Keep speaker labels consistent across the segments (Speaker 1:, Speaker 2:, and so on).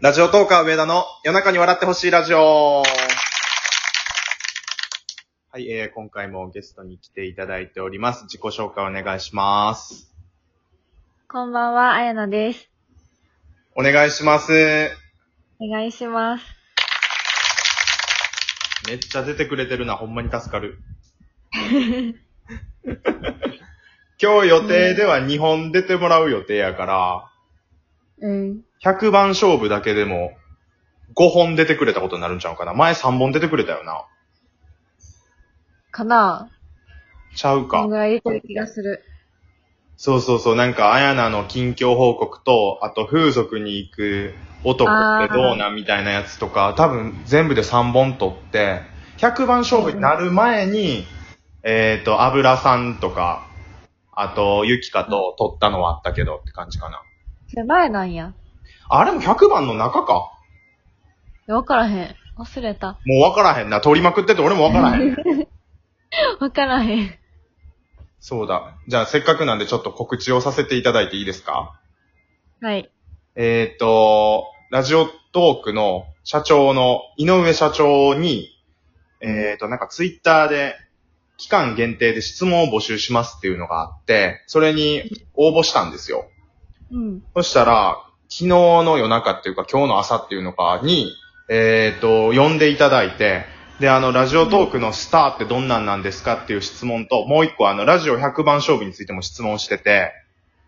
Speaker 1: ラジオトーカー上田の夜中に笑ってほしいラジオ。はい、えー、今回もゲストに来ていただいております。自己紹介お願いします。
Speaker 2: こんばんは、あやなです。
Speaker 1: お願いします。
Speaker 2: お願いします。
Speaker 1: めっちゃ出てくれてるな、ほんまに助かる。今日予定では2本出てもらう予定やから、
Speaker 2: うん。
Speaker 1: 100番勝負だけでも5本出てくれたことになるんちゃうかな。前3本出てくれたよな。
Speaker 2: かな
Speaker 1: ちゃう
Speaker 2: こ
Speaker 1: か
Speaker 2: んぐ。らい出てる気がする。
Speaker 1: そうそうそう、なんか、あやなの近況報告と、あと、風俗に行く男ってどうなんみたいなやつとか、多分全部で3本取って、100番勝負になる前に、えっ、と、油さんとか、あと、ゆきかと取ったのはあったけどって感じかな。
Speaker 2: それ前なんや。
Speaker 1: あれも100番の中か
Speaker 2: いやわからへん。忘れた。
Speaker 1: もうわからへんな。取りまくってて俺もわからへん。
Speaker 2: わからへん。
Speaker 1: そうだ。じゃあ、せっかくなんでちょっと告知をさせていただいていいですか
Speaker 2: はい。
Speaker 1: えーっ、と、ラジオトークの社長の井上社長に、えーっ、と、なんかツイッターで期間限定で質問を募集しますっていうのがあって、それに応募したんですよ。
Speaker 2: うん。
Speaker 1: そしたら、昨日の夜中っていうか今日の朝っていうのかに、えーっ、と、呼んでいただいて、で、あの、ラジオトークのスターってどんなんなんですかっていう質問と、もう一個あの、ラジオ100番勝負についても質問してて、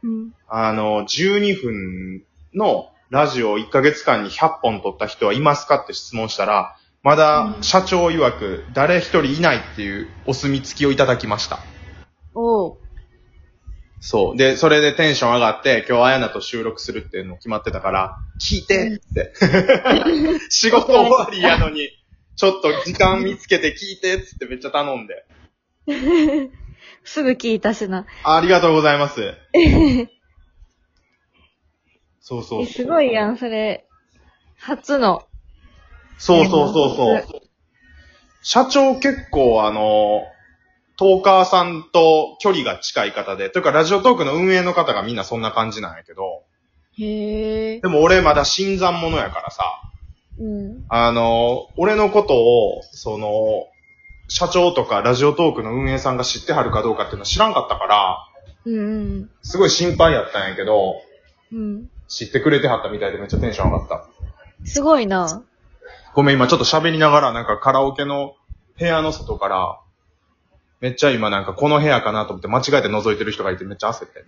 Speaker 2: うん。
Speaker 1: あの、12分のラジオを1ヶ月間に100本撮った人はいますかって質問したら、まだ
Speaker 2: うん
Speaker 1: 社長曰く誰一人いないっていうお墨付きをいただきました。
Speaker 2: おう。
Speaker 1: そう。で、それでテンション上がって、今日あやなと収録するっていうの決まってたから、聞いてって。 仕事終わりやのに、ちょっと時間見つけて聞いてっつってめっちゃ頼んで。
Speaker 2: すぐ聞いたしな。
Speaker 1: ありがとうございます。そうそうそう
Speaker 2: え、すごいやん、それ。初の。
Speaker 1: そうそうそうそう。社長結構あの、トーカーさんと距離が近い方で、というかラジオトークの運営の方がみんなそんな感じなんやけど、
Speaker 2: へえ
Speaker 1: で。も俺まだ新参者やからさ、
Speaker 2: うん。
Speaker 1: あの、俺のことを、その、社長とかラジオトークの運営さんが知ってはるかどうかっていうのは知らんかったから、
Speaker 2: うん
Speaker 1: すごい心配やったんやけど、
Speaker 2: うん。うん。
Speaker 1: 知ってくれてはったみたいでめっちゃテンション上がった。
Speaker 2: すごいな。
Speaker 1: ごめん、今ちょっと喋りながら、なんかカラオケの部屋の外から、めっちゃ今なんかこの部屋かなと思って間違えて覗いてる人がいてめっちゃ焦 って。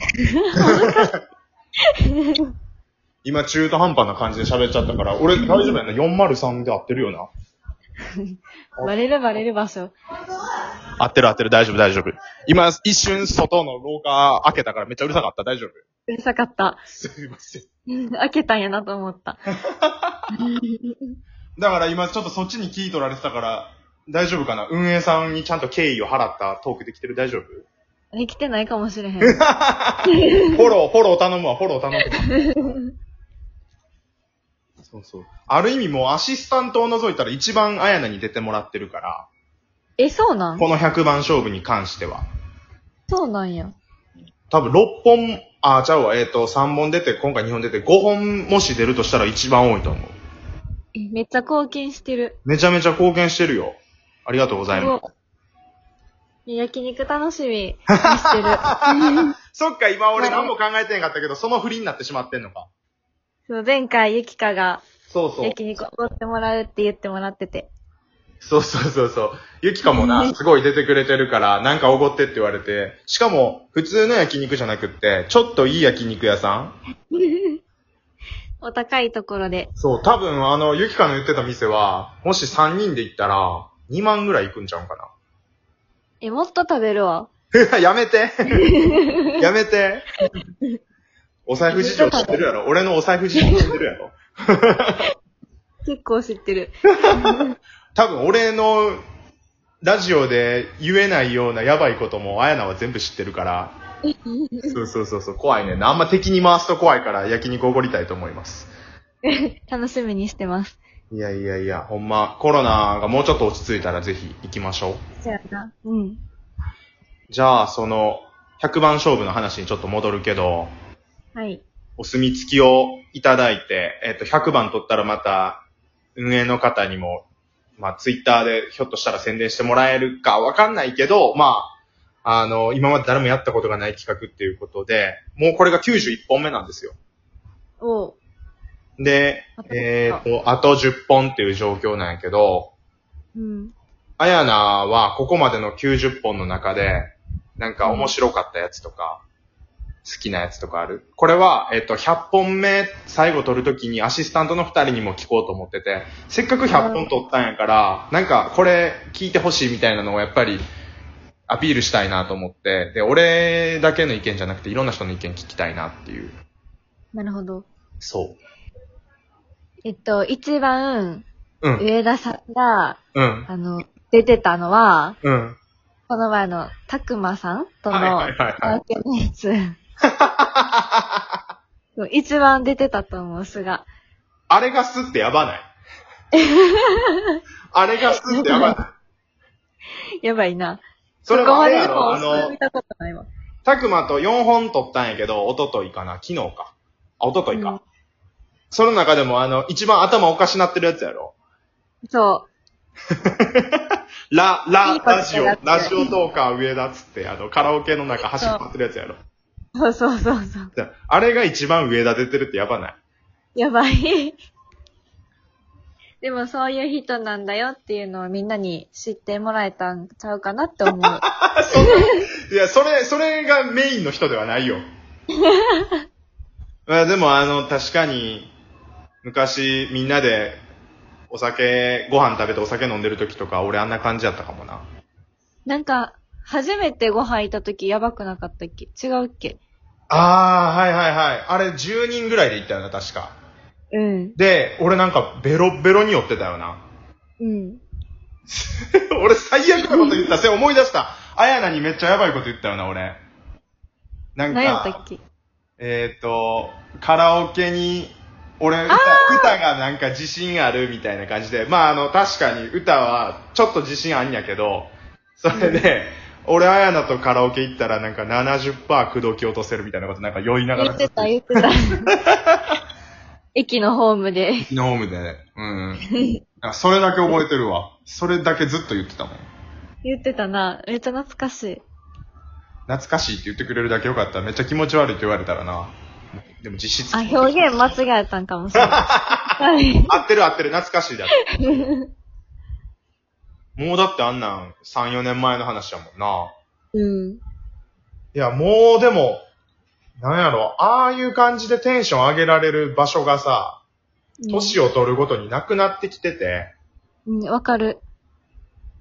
Speaker 1: 今中途半端な感じで喋っちゃったから、俺大丈夫やな。403で合ってるよな。
Speaker 2: バレるバレる場所。
Speaker 1: 合ってる合ってる。大丈夫大丈夫。今一瞬外の廊下開けたからめっちゃうるさかった。大丈夫。
Speaker 2: うるさかった。
Speaker 1: すいません。
Speaker 2: 開けたんやなと思 った。
Speaker 1: だから今ちょっとそっちに聞い取られてたから、大丈夫かな運営さんにちゃんと敬意を払ったトークできてる大丈夫
Speaker 2: 生きてないかもし れへん。
Speaker 1: フォロー、フォロー頼むわ、フォロー頼むわ。 そうそう。ある意味もうアシスタントを除いたら一番あやなに出てもらってるから、
Speaker 2: え、そうなん
Speaker 1: この100番勝負に関しては。
Speaker 2: そうなんや。
Speaker 1: 多分6本、あ、ちゃうわ、えっ、と、3本出て、今回2本出て、5本もし出るとしたら一番多いと思う。
Speaker 2: えめっちゃ貢献してる。
Speaker 1: めちゃめちゃ貢献してるよ。ありがとうございます。
Speaker 2: いや焼肉楽しみにして る。
Speaker 1: そっか、今俺何も考えてなかったけど、その振りになってしまってんのか。
Speaker 2: そう前回、ゆきかが
Speaker 1: そうそう。
Speaker 2: 焼肉おごってもらうって言ってもらってて。
Speaker 1: そうそうそうそう。ゆきかもな、すごい出てくれてるから、なんかおごってって言われて、しかも、普通の焼肉じゃなくって、ちょっといい焼肉屋さん
Speaker 2: お高いところで。
Speaker 1: そう、多分あの、ゆきかの言ってた店は、もし3人で行ったら、2万ぐらい行くんちゃうんか
Speaker 2: え、もっと食べるわ。
Speaker 1: な。 やめてやめてお財布事情知ってるやろ俺のお財布事情知ってるやろ
Speaker 2: 結構知っ てる。
Speaker 1: 多分俺の、ラジオで言えないようなやばいことも、あやなは全部知ってるから、そうそうそうそう、怖いねんな。あんま敵に回すと怖いから焼肉おごりたいと思います。
Speaker 2: 楽しみにしてます。
Speaker 1: いやいやいや、ほんま、コロナがもうちょっと落ち着いたらぜひ行きましょう。
Speaker 2: そうやな。うん。
Speaker 1: じゃあ、その、100番勝負の話にちょっと戻るけど、
Speaker 2: はい。
Speaker 1: お墨付きをいただいて、えっ、と、100番取ったらまた、運営の方にも、まあ、ツイッターでひょっとしたら宣伝してもらえるかわかんないけど、まあ、あの、今まで誰もやったことがない企画っていうことで、もうこれが91本目なんですよ。
Speaker 2: おう。
Speaker 1: で
Speaker 2: あ、と
Speaker 1: えっ、と、あと10本っていう状況なんやけど、
Speaker 2: うん。
Speaker 1: あやなはここまでの90本の中で、なんか面白かったやつとか、好きなやつとかあるこれは、えっ、と、100本目最後撮るときにアシスタントの2人にも聞こうと思ってて、せっかく100本撮ったんやから、なんかこれ聞いてほしいみたいなのをやっぱりアピールしたいなと思って、で、俺だけの意見じゃなくていろんな人の意見聞きたいなっていう。
Speaker 2: なるほど。
Speaker 1: そ
Speaker 2: えっと、一番、
Speaker 1: う。うん。
Speaker 2: 上田さんが、
Speaker 1: うん。
Speaker 2: あの、出てたのは、
Speaker 1: うん。
Speaker 2: この前の、たくまさんと
Speaker 1: はい
Speaker 2: の
Speaker 1: はい、はいはい
Speaker 2: カラオケのや つ。そう一番出てたと思う、すが。
Speaker 1: あれがすってやば ないあれがすってやばない。
Speaker 2: やばいな。
Speaker 1: それはあれや
Speaker 2: こ
Speaker 1: ろ、
Speaker 2: こ
Speaker 1: あ
Speaker 2: までの
Speaker 1: の
Speaker 2: 見、たことないわ。
Speaker 1: たくまと4本撮ったんやけど、おとといかな、昨日か。あ、おとといか。
Speaker 2: うん
Speaker 1: その中でもあの、一番頭おかしなってるやつやろ。
Speaker 2: そ
Speaker 1: ラ、
Speaker 2: い
Speaker 1: ラ
Speaker 2: い、こと
Speaker 1: ラジオ
Speaker 2: やっ、て
Speaker 1: ラジオトーカー上だっつって、あの、カラオケの中走ってるやつやろ。
Speaker 2: う。そうそうそうそう。
Speaker 1: あれが一番上田出てるってやばない。
Speaker 2: やばい。でもそういう人なんだよっていうのをみんなに知ってもらえたんちゃうかなって思 う。
Speaker 1: あそんないや、それ、それがメインの人では ないよ。まあでもあの、確かに、昔みんなでお酒、ご飯食べてお酒飲んでる時とか、俺あんな感じやったかもな。
Speaker 2: なんか、初めてご飯行った時やばくなかったっけ違うっけ
Speaker 1: ああ、はいはいはい。あれ10人ぐらいで行ったよな、確か。
Speaker 2: うん。
Speaker 1: で、俺なんかベロベロに寄ってたよな。
Speaker 2: うん。
Speaker 1: 俺最悪なこと言った。それ思い出した。あやなにめっちゃやばいこと言ったよな、俺。なん
Speaker 2: 何やった
Speaker 1: か
Speaker 2: っ、け
Speaker 1: えっ、ー、と、カラオケに、俺歌、歌がなんか自信あるみたいな感じで、まああの、確かに歌はちょっと自信あんやけど、それで、俺、あやなとカラオケ行ったらなんか70%口説き落とせるみたいなことなんか酔いながら
Speaker 2: 言ってた、言ってた。 駅のホームで。
Speaker 1: ノームでね。うん。あそれだけ覚えてるわ。それだけずっと言ってたもん。
Speaker 2: 言ってたな。めっちゃ懐かしい。
Speaker 1: 懐かしいって言ってくれるだけよかった。めっちゃ気持ち悪いって言われたらな。でも実質。
Speaker 2: あ、表現間違えたんかもしれ ない。はい
Speaker 1: 合ってる合ってる、懐かしいだろ。もうだってあんなん3、4年前の話やもんな。
Speaker 2: うん。
Speaker 1: いや、もうでも、なんやろ、ああいう感じでテンション上げられる場所がさ、年を取るごとになくなってきてて、
Speaker 2: うん、わかる。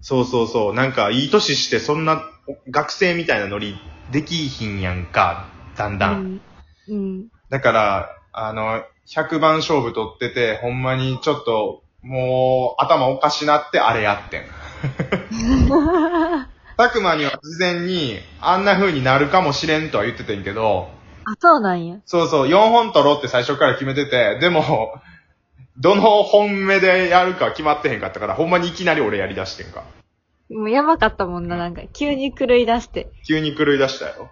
Speaker 1: そうそうそう。なんか、いい年して、そんな、学生みたいなノリ、できひんやんか、だん
Speaker 2: う
Speaker 1: だん。
Speaker 2: ん。うん。
Speaker 1: だから、あの、100番勝負取ってて、ほんまにちょっと、もう、頭おかしなって、あれやってん。
Speaker 2: あ、
Speaker 1: たくまには事前に、あんな風になるかもしれんとは言っててんけど、
Speaker 2: そうなんや。
Speaker 1: そうそう、4本取ろうって最初から決めてて、でも、どの本目でやるか決まってへんかったから、ほんまにいきなり俺やりだしてんか。
Speaker 2: もうやばかったもんな、なんか。急に狂い出して。
Speaker 1: 急に狂い出したよ。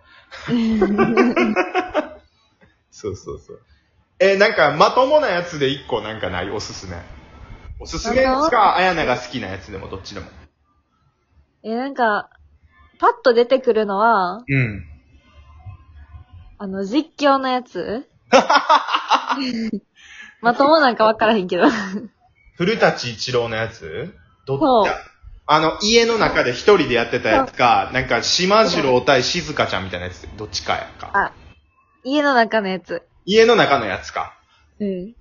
Speaker 1: そうそうそう。えーなんか、まともなやつで一個なんかないおすすめ。おすすめですかあやなが好きなやつでもどっちでも。
Speaker 2: え、なんか、パッと出てくるのは、
Speaker 1: うん。
Speaker 2: あの、実況の やつまともなんかわからへんけど。
Speaker 1: 古舘一郎のやつどっち
Speaker 2: そう
Speaker 1: だあの、家の中で一人でやってたやつか、なんか、島次郎対静香ちゃんみたいなやつ、どっちかやんか。
Speaker 2: あ家の中のやつ。
Speaker 1: 家の中のやつか。
Speaker 2: うん。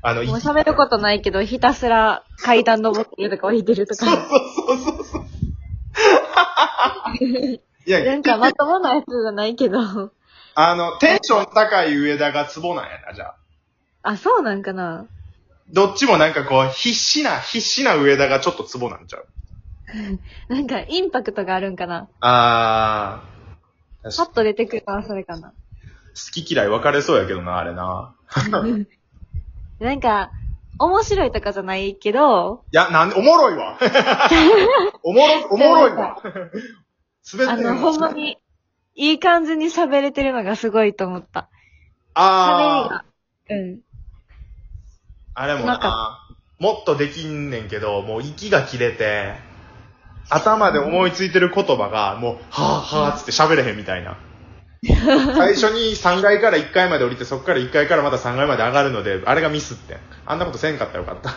Speaker 1: あの、い
Speaker 2: もう喋ることないけど、ひたすら階段登ってるとか降りてると
Speaker 1: そう
Speaker 2: か。
Speaker 1: そうそうそう。いや、
Speaker 2: なんかまともなやつじゃないけど。
Speaker 1: あの、テンション高い上田がツボなんやな、じゃあ。
Speaker 2: あ、そうなんかな
Speaker 1: どっちもなんかこう、必死な、必死な上田がちょっとツボなんちゃう
Speaker 2: なんかインパクトがあるんかな
Speaker 1: あー。
Speaker 2: パッと出てくるのはそれかな。
Speaker 1: 好き嫌い分かれそうやけどな、あれな。
Speaker 2: なんか、面白いとかじゃないけど、
Speaker 1: いや、なんで、おもろい わ。おもろ、おもろいわ。すべて
Speaker 2: あの、ほんまに、いい感じに喋れてるのがすごいと思った。喋り
Speaker 1: ああ
Speaker 2: が。うん。
Speaker 1: あれも
Speaker 2: なん
Speaker 1: な、もっとできんねんけど、もう息が切れて、頭で思いついてる言葉が、もう、はぁはぁっつって喋れへんみたいな。最初に3階から1階まで降りて、そこから1階からまた3階まで上がるので、あれがミスってん。あんなことせんかったらよかった。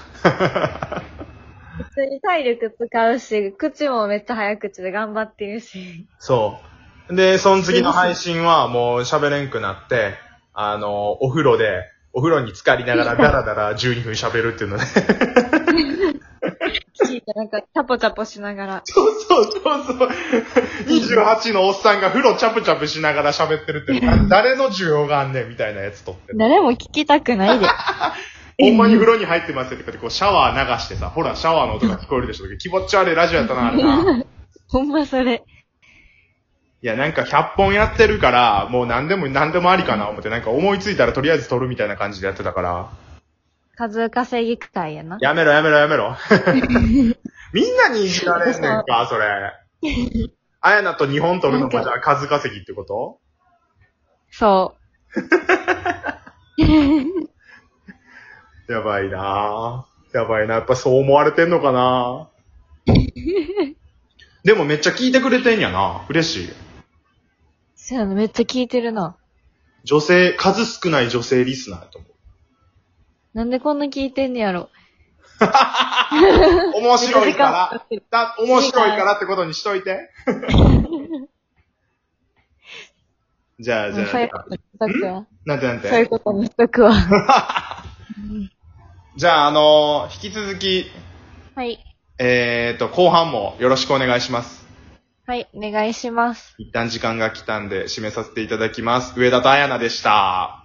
Speaker 2: 普通に体力使うし、口もめっちゃ早口で頑張ってる し。
Speaker 1: そう。で、その次の配信はもう喋れんくなって、あの、お風呂で、お風呂に浸かりなが らダラダラ12分喋るっていうのね。
Speaker 2: 聞いてなんか、チャポチャポしながら。
Speaker 1: そう そうそうそう。28のおっさんが風呂チャプチャプしながら喋ってるって、誰の需要があんねんみたいなやつ撮ってる。
Speaker 2: 誰も聞きた くないで。
Speaker 1: ほんまに風呂に入ってますよとかって、こうシャワー流してさ、ほらシャワーの音が聞こえるでしょとか、気持ち悪いラジオやったな、あれな。 い
Speaker 2: ほんまそれ。
Speaker 1: や、なんか100本やってるから、もう何でも何でもありかな思って、なんか思いついたらとりあえず撮るみたいな感じでやってたから、
Speaker 2: 数稼ぎ区会や な。
Speaker 1: やめろやめろやめろ。みんなにいじられんねんか、それ。あやなと日本撮るのもじゃあ数稼ぎってこと
Speaker 2: そう。
Speaker 1: やばいなぁ。やばいな。やっぱそう思われてんのか なぁ。でもめっちゃ聞いてくれてんやな。嬉しい。
Speaker 2: そうやの、めっちゃ聞いてるな。
Speaker 1: 女性、数少ない女性リスナーやと思う。
Speaker 2: なんでこんな聞いてんねやろ。
Speaker 1: 面白い
Speaker 2: めっちゃ時間か か
Speaker 1: か
Speaker 2: って
Speaker 1: ら
Speaker 2: る、
Speaker 1: だ、面白いからってことにしとい て。じゃあ、じゃ
Speaker 2: そういうこ
Speaker 1: あ
Speaker 2: と、にしとくわ。
Speaker 1: なんてなん
Speaker 2: そういう
Speaker 1: て。
Speaker 2: ことにしとくわ。
Speaker 1: じゃあ、あのー引き続き、
Speaker 2: はい。
Speaker 1: えーと、後半もよろしくお願いします。
Speaker 2: はい、お願いします。
Speaker 1: 一旦時間が来たんで、締めさせていただきます。上田と彩菜でした。